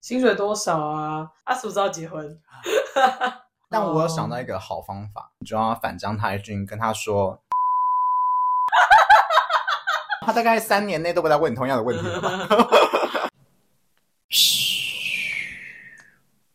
薪水多少啊？啊，什么时候结婚？ 但我有哦想到一个好方法，你就要反将他一军，跟他说，他大概三年内都不再问你同样的问题了 吧？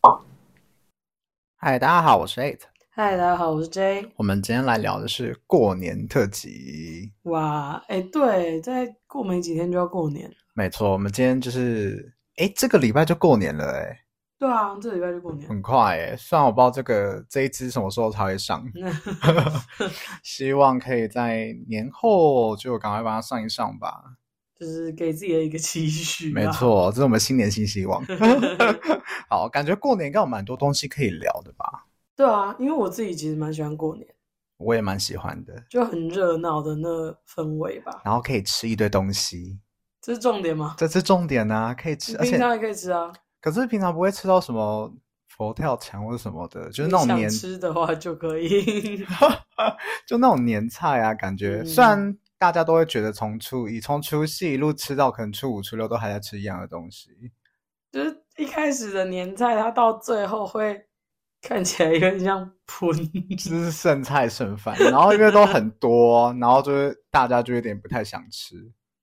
哦 嗨，大家好，我是 Eight，嗨，大家好，我是 J。我们今天来聊的是过年特辑。哇，哎、对，再过没几天就要过年。没错，我们今天就是，哎，这个礼拜就过年了，哎，对啊，这礼拜就过年。很快哎。虽然我不知道这个这一支什么时候才会上，希望可以在年后就赶快把它上一上吧。 就是给自己的一个期许。啊没。错，这是我们新年新希望。 好，感觉过年应该有蛮多东西可以聊的吧？ 对啊，因为我自己其实蛮喜欢过年，我也蛮喜欢的，就很热闹的那氛围吧。然后可以吃一堆东西，这是重点吗？这是重点啊，可以吃，而平且常也可以吃啊。可是平常不会吃到什么佛跳墙或者什么的，就是那种你年想吃的话就可以。 就那种年菜啊，感觉、嗯虽然大家都会觉得从初一从除夕一路吃到可能初五初六都还在吃一样的东西，就是一开始的年菜，它到最后会看起来有点像喷。就是剩菜剩饭，然后因为都很多，然后就是大家就有点不太想吃。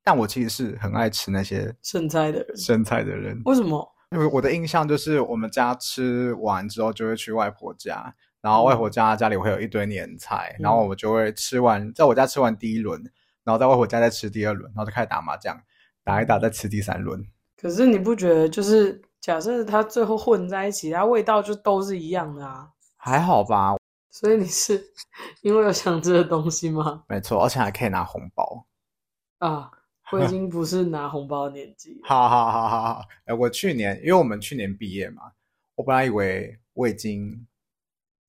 但我其实是很爱吃那些剩菜的人。剩菜的人，为什么？因为我的印象就是我们家吃完之后就会去外婆家，然后外婆家家里会有一堆年菜，嗯然后我就会吃完，在我家吃完第一轮，然后在外婆家再吃第二轮，然后就开始打麻将，打一打再吃第三轮。可是你不觉得就是假设它最后混在一起，它味道就都是一样的啊？还好吧，所以你是 因为有想吃的东西吗？没错，而且还可以拿红包，啊，我已经不是拿红包的年 纪了。哈哈哈哈哈！哎，我去年因为我们去年毕业嘛，我本来以为我已经，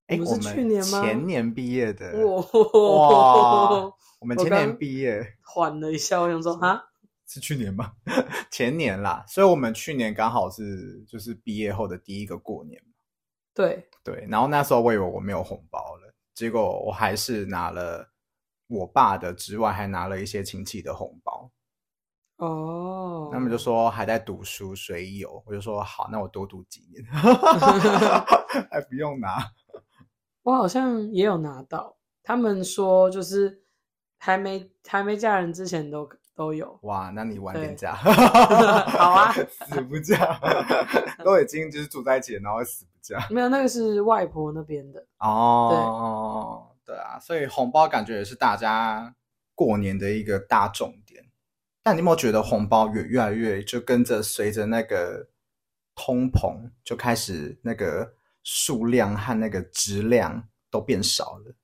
哎，我我们是去年吗前年毕业的，哇我我们我前刚年毕业缓了一下，我想说啊，是去年吗？ 前年啦，所以我们去年刚好是就是毕业后的第一个过年，对，对。然后那时候我以为我没有红包了，结果我还是拿了我爸的之外，还拿了一些亲戚的红包。哦，他们就说还在读书，随有。我就说好，那我多读几年， 还不用拿。我好像也有拿到，他们说就是还没还没嫁人之前都都有，哇，那你晚点对嫁， 好好啊 死不嫁， 都已经就是住在一起了，然后死不嫁。没有那个是外婆那边的，哦，对啊，所以红包感觉也是大家过年的一个大重点。但你有没有觉得红包越越来越就跟着随着那个通膨就开始那个数量和那个质量都变少了？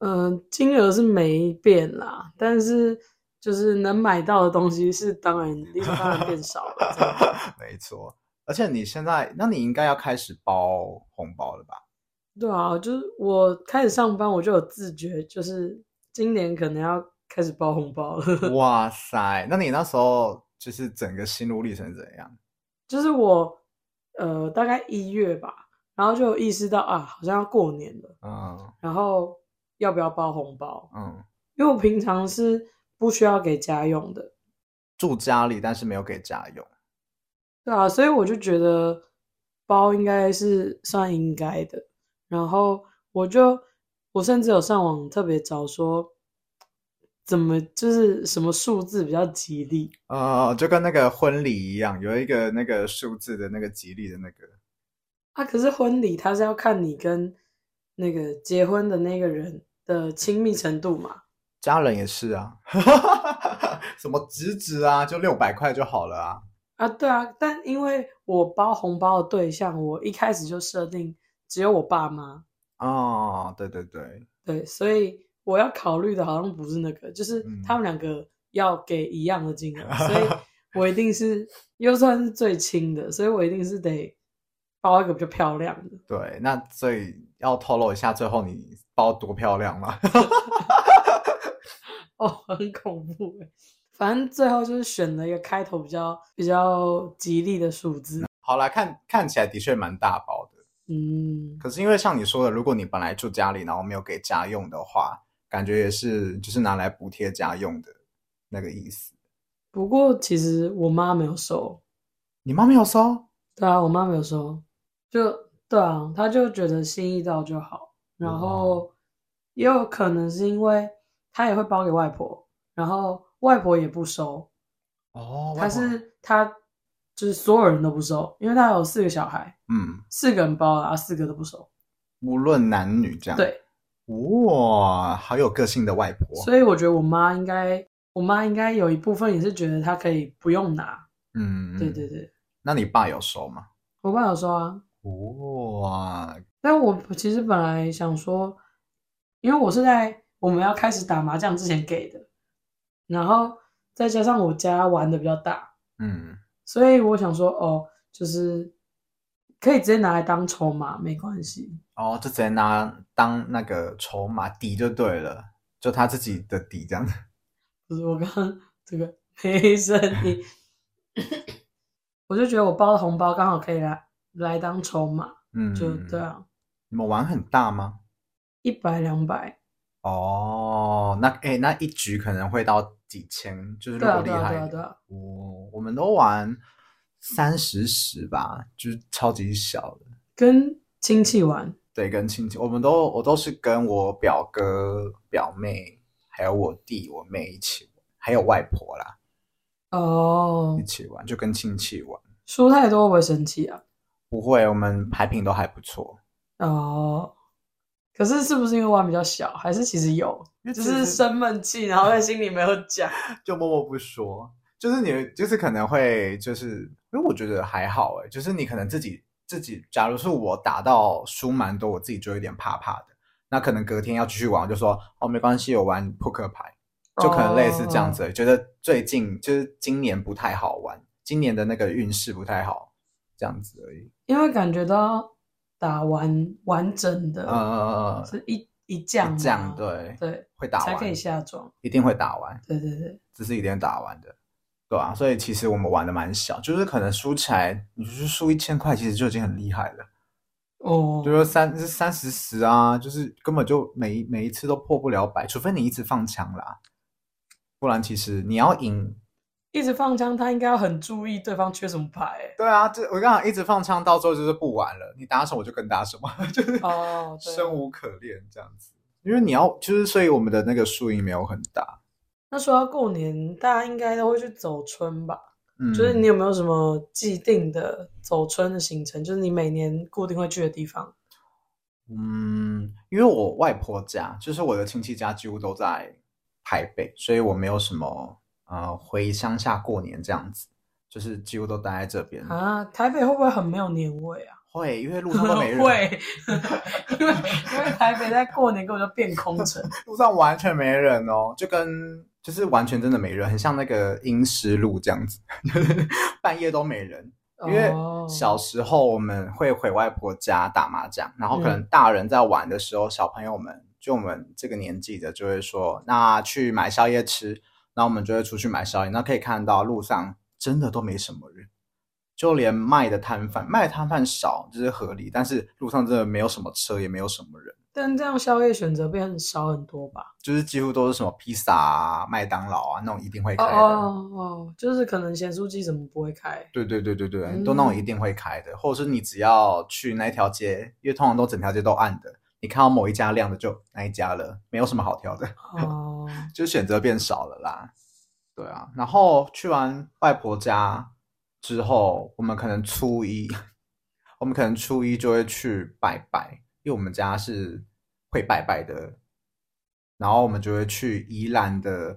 嗯、金额是没变啦，但是就是能买到的东西是当然理所当然变少了，这样没错，而且你现在，那你应该要开始包红包了吧？对啊，就是我开始上班，我就有自觉，就是今年可能要开始包红包了。 哇塞，那你那时候就是整个心路历程是怎样？就是我呃大概一月吧，然后就有意识到啊，好像要过年了，嗯然后要不要包红包？嗯，因为我平常是不需要给家用的，住家里，但是没有给家用。对啊，所以我就觉得包应该是算应该的。然后我就我甚至有上网特别找说，怎么就是什么数字比较吉利，呃，就跟那个婚礼一样，有一个那个数字的那个吉利的那个，啊，可是婚礼它是要看你跟那个结婚的那个人的亲密程度嘛。家人也是啊， 什么侄子啊，就六百块就好了啊。啊，对啊，但因为我包红包的对象，我一开始就设定只有我爸妈，哦，对对对，对，所以我要考虑的好像不是那个，就是嗯他们两个要给一样的金额，所以我一定是又算是最轻的，所以我一定是得包一个比较漂亮的。对，那所以要透露一下，最后你包多漂亮吗？ 哦， 很恐怖欸反正最后就是选了一个开头比较比较吉利的数字，好啦，看看起来的确蛮大包的，嗯，可是因为像你说的，如果你本来住家里，然后没有给家用的话，感觉也是就是拿来补贴家用的那个意思。不过其实我妈没有收，你妈没有收？对啊，我妈没有收，就对啊，她就觉得心意到就好。然后也有可能是因为她也会包给外婆，然后外婆也不收，哦，她外婆是她就是所有人都不收，因为她有四个小孩，嗯，四个人包啊，四个都不收。无论男女这样。，对，哇，好有个性的外婆。所以我觉得我妈应该，我妈应该有一部分也是觉得她可以不用拿。嗯，对对。对，那你爸有收吗？我爸有说啊，哇，但我其实本来想说，因为我是在我们要开始打麻将之前给的，然后再加上我家玩的比较大，嗯，所以我想说，哦，就是可以直接拿来当筹码，没关系。哦，就直接拿当那个筹码抵就对了，就他自己的抵这样。不是我刚刚这个 没声 音，我就觉得我包的红包刚好可以来来当筹码，嗯，就对。啊，你们玩很大吗？一百两百，哦，那哎、那一局可能会到几千，就是如对啊果厉对啊对害啊一对点，啊，我我们都玩三十十吧，就是超级小的。跟亲戚玩，对，跟亲戚，我们都我都是跟我表哥、表妹，还有我弟、我妹一起玩，还有外婆啦，哦一，起玩，就跟亲戚玩。输太多我会生气啊。不会，我们牌品都还不错，哦，可是是不是因为玩比较小，还是其实有，因为就其是实生闷气，然后在心里没有讲。就默默不说。就是你，就是可能会，就是因为我觉得还好诶，就是你可能自己自己，假如是我打到输蛮多，我自己就有点怕怕的。那可能隔天要继续玩，我就说哦没关系，我玩扑克牌， 就可能类似这哦样子。觉得最近就是今年不太好玩，今年的那个运势不太好，这样子而已。因为感觉到打完完整的，嗯嗯嗯嗯是一一将嗯，嘛这样对，对，会打才可以完，下庄。一定会打完。对对对，这是一定打完的，对啊，所以其实我们玩的蛮小，就是可能输起来，你就是输一千块，其实就已经很厉害了。哦，就说三三十十啊，就是根本就每每一次都破不了百，除非你一直放枪啦，不然其实你要赢，一直放枪，他应该要很注意对方缺什么牌。对啊，这我刚好一直放枪，到最后就是不玩了，你打什么我就跟打什么， 就是哦对啊生无可恋这样子。因为你要就是，所以我们的那个输赢没有很大，那说到过年，大家应该都会去走春吧？嗯，就是你有没有什么既定的走春的行程？就是你每年固定会去的地方？嗯，因为我外婆家，就是我的亲戚家，几乎都在台北，所以我没有什么呃回乡下过年这样子，就是几乎都待在这边。啊，台北会不会很没有年味啊？会，因为路上都没人， 会，因为因为台北在过年根本就变空城。路上完全没人哦，就跟就是完全真的没人，很像那个阴湿路这样子， 就是半夜都没人。 因为哦小时候我们会回外婆家打麻将，然后可能嗯大人在玩的时候，小朋友们就我们这个年纪的就会说，那去买宵夜吃，那我们就会出去买宵夜。那可以看到路上真的都没什么人，就连卖的摊贩，卖的摊贩少这、是合理，但是路上真的没有什么车，也没有什么人，但这样宵夜选择变少很多吧？就是几乎都是什么披萨啊、麦当劳啊那种一定会哦开的。哦哦，就是可能咸酥鸡怎么不会开？对对对对对，都那种一定会开的，或者是你只要去那一条街，因为通常都整条街都暗的，你看到某一家亮的就那一家了，没有什么好挑的，哦，就选择变少了啦。对啊，然后去完外婆家之后，我们可能初一，我们可能初一就会去拜拜，因为我们家是会拜拜的，然后我们就会去宜兰的，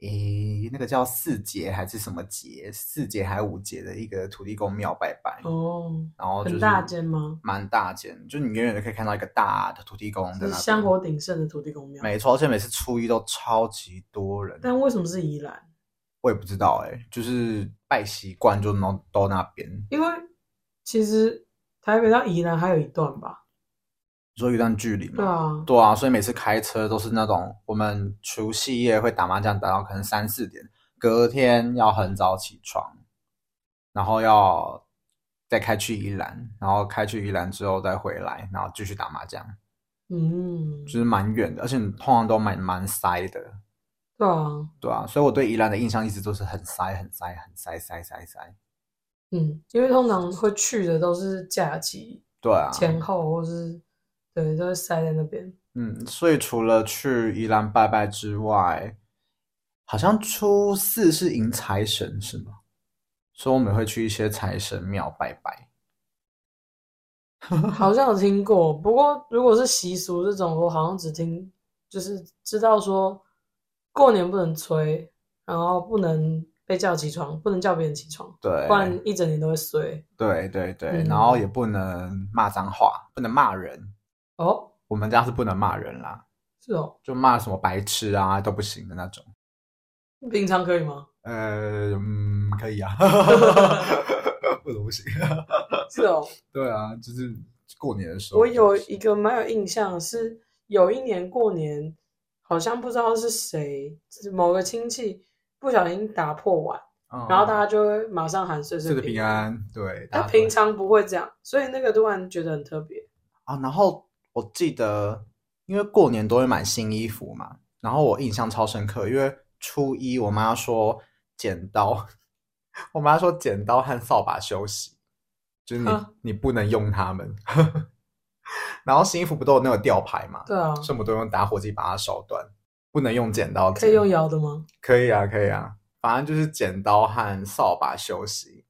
诶，那个叫四节还是什么节？四节还五节的一个土地公庙拜 拜，哦，然后就是很大间吗？蛮大间，就你远远的可以看到一个大的土地公在是那边香火鼎盛的土地公庙。没错，而且每次初一都超级多人。但为什么是宜兰？我也不知道哎、就是拜习惯就都都那边。因为其实台北到宜兰还有一段吧？你说有一段距离嘛？对啊，对啊，所以每次开车都是那种我们除夕夜会打麻将，打到可能三四点，隔天要很早起床，然后要再开去宜兰，然后开去宜兰之后再回来，然后继续打麻将，嗯，就是蛮远的，而且你通常都蛮蛮塞的，对啊，对啊，所以我对宜兰的印象一直都是很塞、很塞、很塞、塞、塞、塞。嗯，因为通常会去的都是假期对啊，前后，或是对，都会塞在那边。嗯，所以除了去宜兰拜拜之外，好像初四是迎财神是吗？所以我们会去一些财神庙拜拜。好像有听过，不过如果是习俗这种，我好像只听就是知道说过年不能催，然后不能被叫起床，不能叫别人起床，对不然一整年都会衰。对对对，嗯然后也不能骂脏话，不能骂人。哦，我们家是不能骂人啦，是哦，就骂什么白痴啊都不行的那种。平常可以 吗？呃，嗯，可以 啊，为什么不行？是 哦，对啊，就是过年的时候，我有一个蛮有印象的是，有一年过年，好像不知道是谁，就是某个亲戚不小心打破碗，嗯，然后大家就会马上喊岁吃岁的平。安，对，大他家都平会常不会这样，所以那个突然觉得很特别。啊，然后我记得，因为过年都会买新衣服嘛，然后我印象超深刻，因为初一我妈说剪刀， 我妈说剪刀和扫把休息，就是你哈你不能用它们。 然后新衣服不都有那个吊牌嘛，对啊，所以我们都用打火机把它烧断，不能用剪刀可以剪用摇的吗？可以啊，可以啊，反正就是剪刀和扫把休息，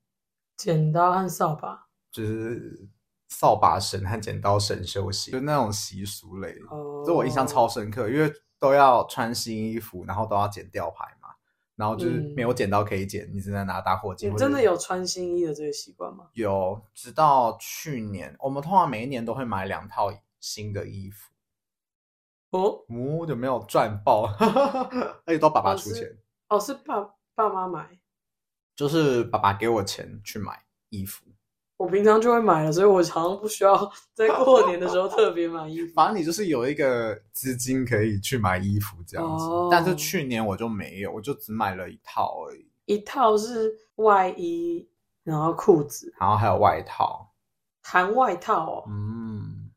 剪刀和扫把。就是扫把神和剪刀神休息，就那种习俗类的。哦，这我印象超深刻，因为都要穿新衣服，然后都要剪吊牌嘛，然后就是嗯没有剪刀可以剪，你只能拿打火机。你或者真的有穿新衣的这个习惯吗？有？直到去年，我们通常每一年都会买两套新的衣服，哦，哦，就没有赚爆， 而且都爸爸哦出是钱，哦，是爸爸妈买，就是爸爸给我钱去买衣服。我平常就会买了，所以我常常不需要在过年的时候特别买衣服。反正你就是有一个资金可以去买衣服这样子，哦但是去年我就没有，我就只买了一套而已，一套是外衣，然后裤子，然后还有外套。含外套哦，嗯，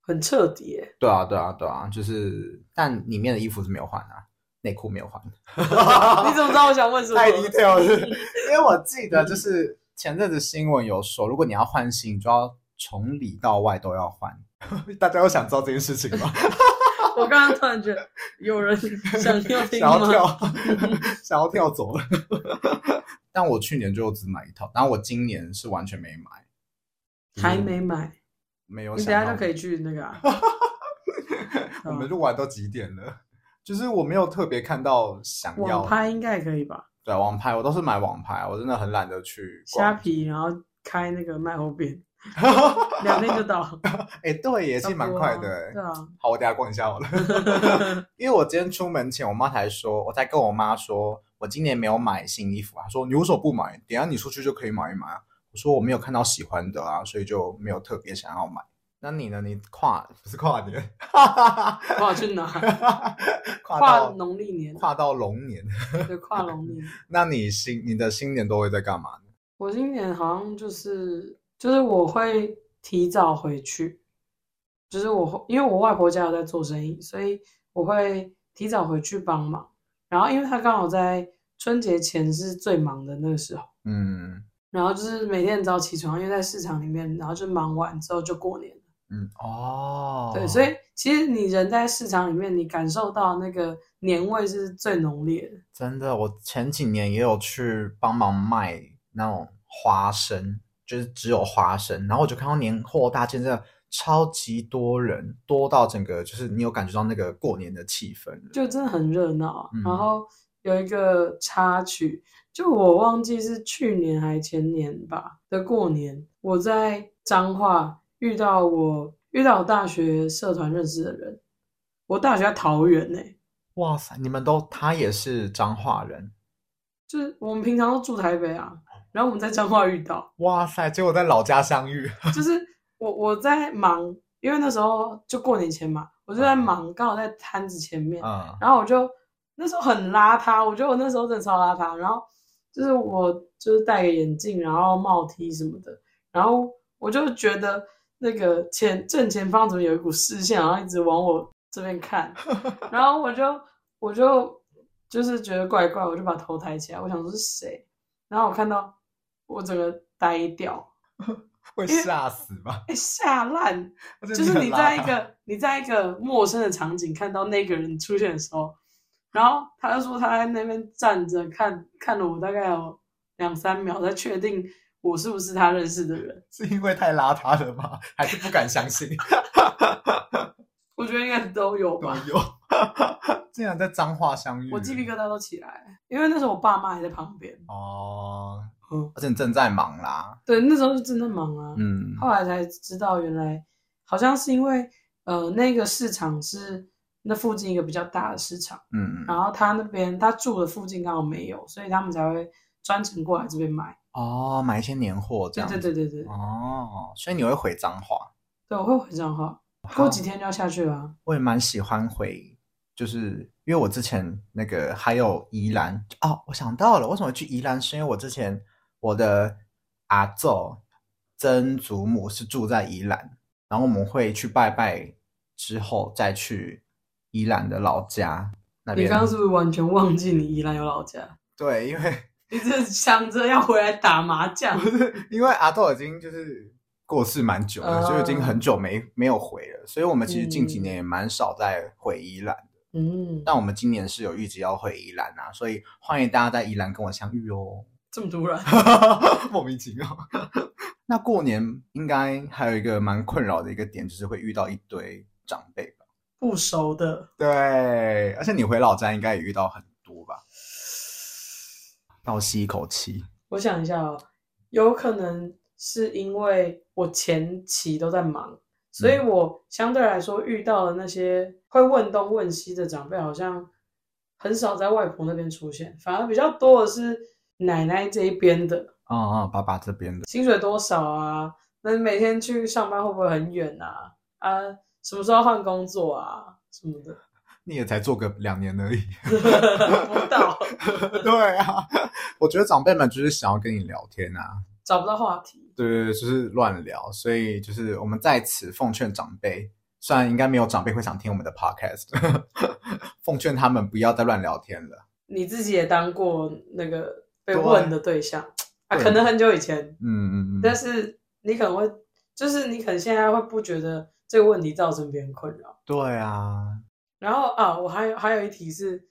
很彻底耶。对啊，对啊，对啊，就是，但里面的衣服是没有换啊，内裤没 有换。你怎么知道我想问什么？啊 太 detail 了，因为我记得就是前阵子新闻有说，如果你要换新，你就要从里到外都要换。 大家有想知道这件事情吗？我刚刚突然觉得有人想要听想吗要？跳， 想要跳走了。但我去年就只买一套，然后我今年是完全没买，还没买，没有你等想下要就可以嗯买。去那个、啊。 我们录完都几点了？就是我没有特别看到想要嗯网拍应该也可以吧？对网拍，我都是买网拍，我真的很懒得去虾逛。皮，然后开那个卖后边， 两天就到，哎、对耶，其实蛮快的欸耶。对啊，好，我等一下逛一下好了。 因为我今天出门前，我妈才说，我才跟我妈说，我今年没有买新衣服啊。她说你为什么不买？等一下你出去就可以买一买啊。我说我没有看到喜欢的啊，所以就没有特别想要买。那你呢？你跨不是跨年，跨去哪？跨跨到农历年，跨到龙年。对，跨农历。那你新你的新年都会在干嘛呢？我今年好像就是就是我会提早回去，就是我会因为我外婆家有在做生意，所以我会提早回去帮忙。然后因为她刚好在春节前是最忙的那个时候，嗯然后就是每天很早起床，因为在市场里面，然后就忙完之后就过年了。嗯哦，对，所以其实你人在市场里面，你感受到那个年味是最浓烈的。真的，我前几年也有去帮忙卖那种花生，就是只有花生，然后我就看到年货大街真的超级多人，多到整个就是你有感觉到那个过年的气氛了。就真的很热闹啊。嗯然后有一个插曲，就我忘记是去年还前年吧的过年，我在彰化遇到我遇到我大学社团认识的人，我大学在桃园呢、哇塞，你们都他也是彰化人，就是我们平常都住台北啊，然后我们在彰化遇到，哇塞，结果在老家相遇，就是我我在忙，因为那时候就过年前嘛，我就在忙，刚好在摊子前面，嗯然后我就那时候很邋遢，我觉得我那时候真的超邋遢。然后就是我就是戴个眼镜，然后帽 T 什么的，然后我就觉得那个前正前方怎么有一股视线，然后一直往我这边看，然后我就我就就是觉得怪怪，我就把头抬起来，我想说是谁，然后我看到我整个呆掉，会吓死 吧？哎，吓烂！就就是你在一个你在一个陌生的场景看到那个人出现的时候，然后他就说他在那边站着看看了我大概有两三秒，才确定我是不是他认识的人。是因为太邋遢了吧？还是不敢相 信？我觉得应该都有吧，有， 竟然在脏话相遇，我鸡皮疙瘩都起来，因为那时候我爸妈还在旁边。哦，嗯，而且你正在忙啦，对，那时候就真的忙啊。嗯，后来才知道，原来好像是因为呃，那个市场是那附近一个比较大的市场，嗯嗯，然后他那边他住的附近刚好没有，所以他们才会专程过来这边买。哦，买一些年货这对样，对对对对，哦，所以你会回脏话，对，我会回账号。过几天就要下去了啊，我也蛮喜欢回，就是因为我之前那个还有宜兰哦，我想到了，为什么去宜兰？是因为我之前我的阿祖曾祖母是住在宜兰，然后我们会去拜拜之后再去宜兰的老家那啊你边。刚刚是不是完全忘记你宜兰有老家？对，因为你只是想着要回来打麻 将不，是因为阿豆已经就是过世蛮久了，就已经很久没没有回了，所以我们其实近几年也蛮少在回宜兰。嗯，但我们今年是有预计要回宜兰啊，所以欢迎大家在宜兰跟我相遇哦。 这么突然，莫名其妙。那过年应该还有一个蛮困扰的一个点，就是会遇到一堆长辈吧？不熟的，对，而且你回老家应该也遇到很多吧？倒吸一口气。我想一下哦，有可能是因为我前期都在忙，所以我相对来说遇到的那些会问东问西的长辈，好像很少在外婆那边出现，反而比较多的是奶奶这一边的，啊啊、爸爸这边的，薪水多少啊？那你每天去上班会不会很远啊？啊，什么时候换工作啊？什么的， 你也才做个两年而已。不到， 对啊，我觉得长辈们就是想要跟你聊天啊， 找不到话题。对对，对就是乱聊，所以就是我们在此奉劝长辈，虽然应该没有长辈会想听我们的 podcast，奉劝他们不要再乱聊天了。你自己也当过那个被对问的对象啊，对可能很久以前，嗯嗯但嗯，是你可能会，就是你可能现在会不觉得这个问题造成别人困扰。对啊，然后啊，我还有还有一题是，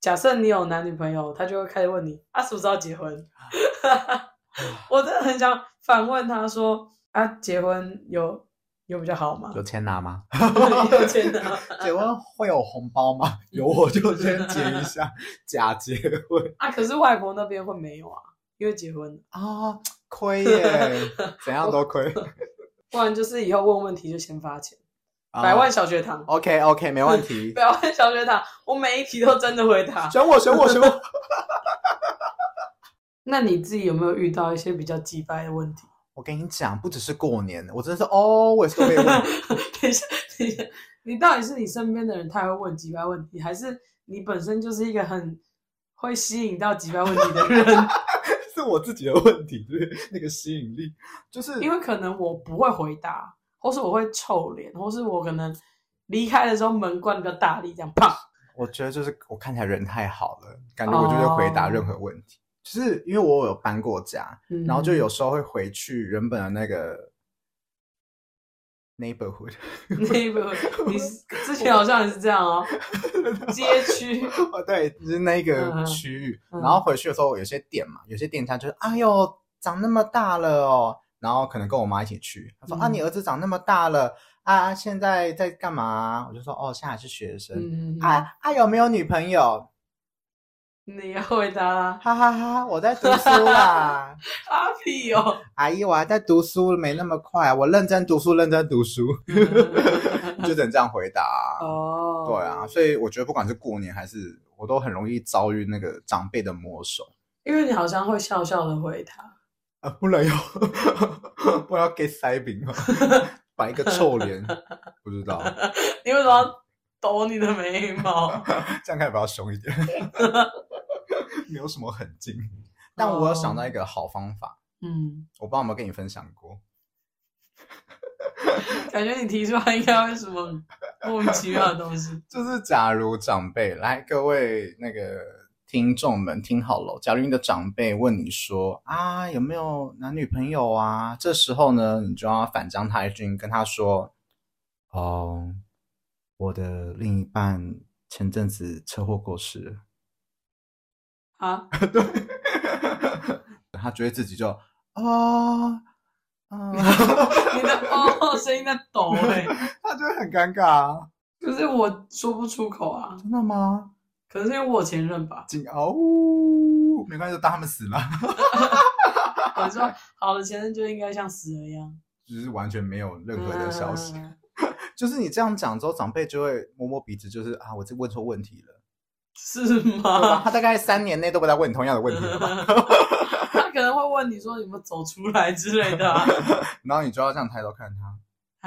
假设你有男女朋友，他就会开始问你啊，什么时候结婚？ 我真的很想反问他说啊，结婚有有比较好吗有？钱拿吗？ 有钱的 结婚会有红包 吗？有我就先结一下 假结婚 啊，可是外婆那边会没有啊，因为结婚了，啊、亏耶， 怎样都 亏。不然就是以后问问题就先发钱，啊百万小学堂， OK OK 没问 题，百万小学堂，我每一题都真的回答。选我选我选我。那你自己有没有遇到一些比较鸡掰的 问题？我跟你讲，不只是过年，我真的是 always 都被问。等一下，等一下，你到底是你身边的人太会问几百问题，还是你本身就是一个很会吸引到几百问题的人？ 是我自己的问题，就是那个吸引力，就是因为可能我不会回答，或是我会臭脸，或是我可能离开的时候门关比较大力，这样砰。我觉得就是我看起来人太好了，感觉我就会回答任何问题。就是因为我有搬过家，哦嗯然后就有时候会回去原本的那个 neighborhood， 那个，你是之前好像也是这样哦，街区，哦对，就是那嗯个嗯区域。嗯然后回去的时候，有些店嘛，有些店家就是哎呦长那么大了哦，然后可能跟我妈一起去，她说、啊嗯你儿子长那么大了啊，现在在干嘛？我就说哦，现在还是学生。嗯，啊啊！有没有女朋友？你要回答啊哈哈哈我在读书 啦，阿屁 哦，阿姨，我还在读书，没那么快，啊我认真读书，认真读 书，嗯就只能这样回答、哦，对啊，所以我觉得不管是过年还是，我都很容易遭遇那个长辈的魔手。因为你好像会笑笑的回答，啊，不然要 不然要给塞饼吗？ 摆一个臭脸，不知道，你为什么要抖你的眉毛？这样看起来比较凶一点，没有什么狠劲。但我有想到一个好方法， 嗯，我不知道有没有跟你分享过。感觉你提出来应该会什么莫名其妙的东西。就是假如长辈来，各位那个听众们听好了，假如你的长辈问你说啊有没有男女朋友啊，这时候呢，你就要反将他一军，跟他说，哦，我的另一半前阵子车祸过世了。 啊，他觉得自己就啊，啊， 你的哦声音在抖哎、他就会很尴尬啊。可是我说不出口啊，真的吗？可能是因为我有前任吧。紧哦，呜没关系，就当他们死了，我说好的前任就应该像死了一样，就是完全没有任何的消息。嗯就是你这样讲之后，长辈就会摸摸鼻子，就是啊，我这问错问题了。是对吧吗？他大概三年内都不再问你同样的问题了吧？ 他可能会问你说有没有走出来之类 的啊、然后你就要这样抬头看他，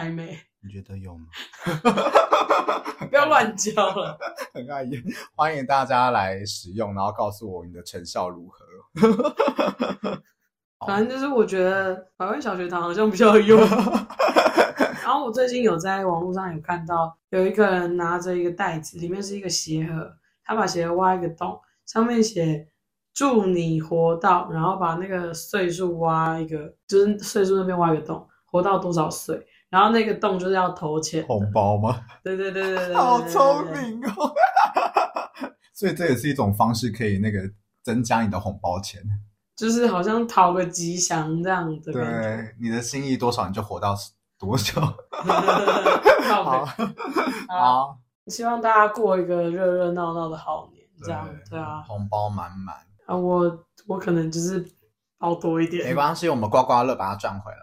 还没，你觉得有吗？ 不要乱教了。很碍眼，欢迎大家来使用，然后告诉我你的成效如何。反正就是我觉得百万小学堂好像比较 有用。然后我最近有在网络上有看到有一个人拿着一个袋子，里面是一个鞋盒，他把鞋盒挖一个洞，上面写“祝你活到”，然后把那个岁数挖一个，就是岁数那边挖一个洞，活到多少岁，然后那个洞就是要投钱。红包吗？ 对对对对对对，好对聪。明哦！ 所以这也是一种方式，可以那个增加你的红包钱。就是好像讨个吉祥这样的感觉。对，你的心意多少，你就活到多久。 靠 好北，好好，希望大家过一个热热闹闹的好年，这样对啊红包满满，啊，我我可能就是包多一 没点。关系，我们刮刮乐把它赚回来。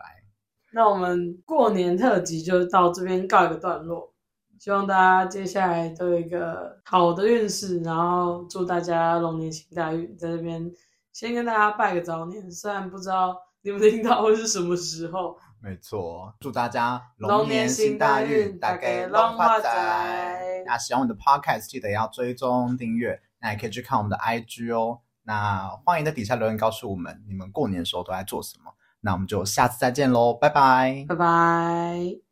那我们过年特辑就到这边告一个段落，希望大家接下来都有一个好的运势，然后祝大家龙年行大运。在这边先跟大家拜个早年，虽然不知道你们听到会是什么时候，没错，祝大家龙年行行大运，运大大家家龙龙发发财财。那喜欢我们的 podcast，记得要追踪订阅，那也可以去看我们的 IG 哦。那欢迎在底下留言告诉我们，你们过年的时候都在做什么。那我们就下次再见喽，拜拜。拜拜。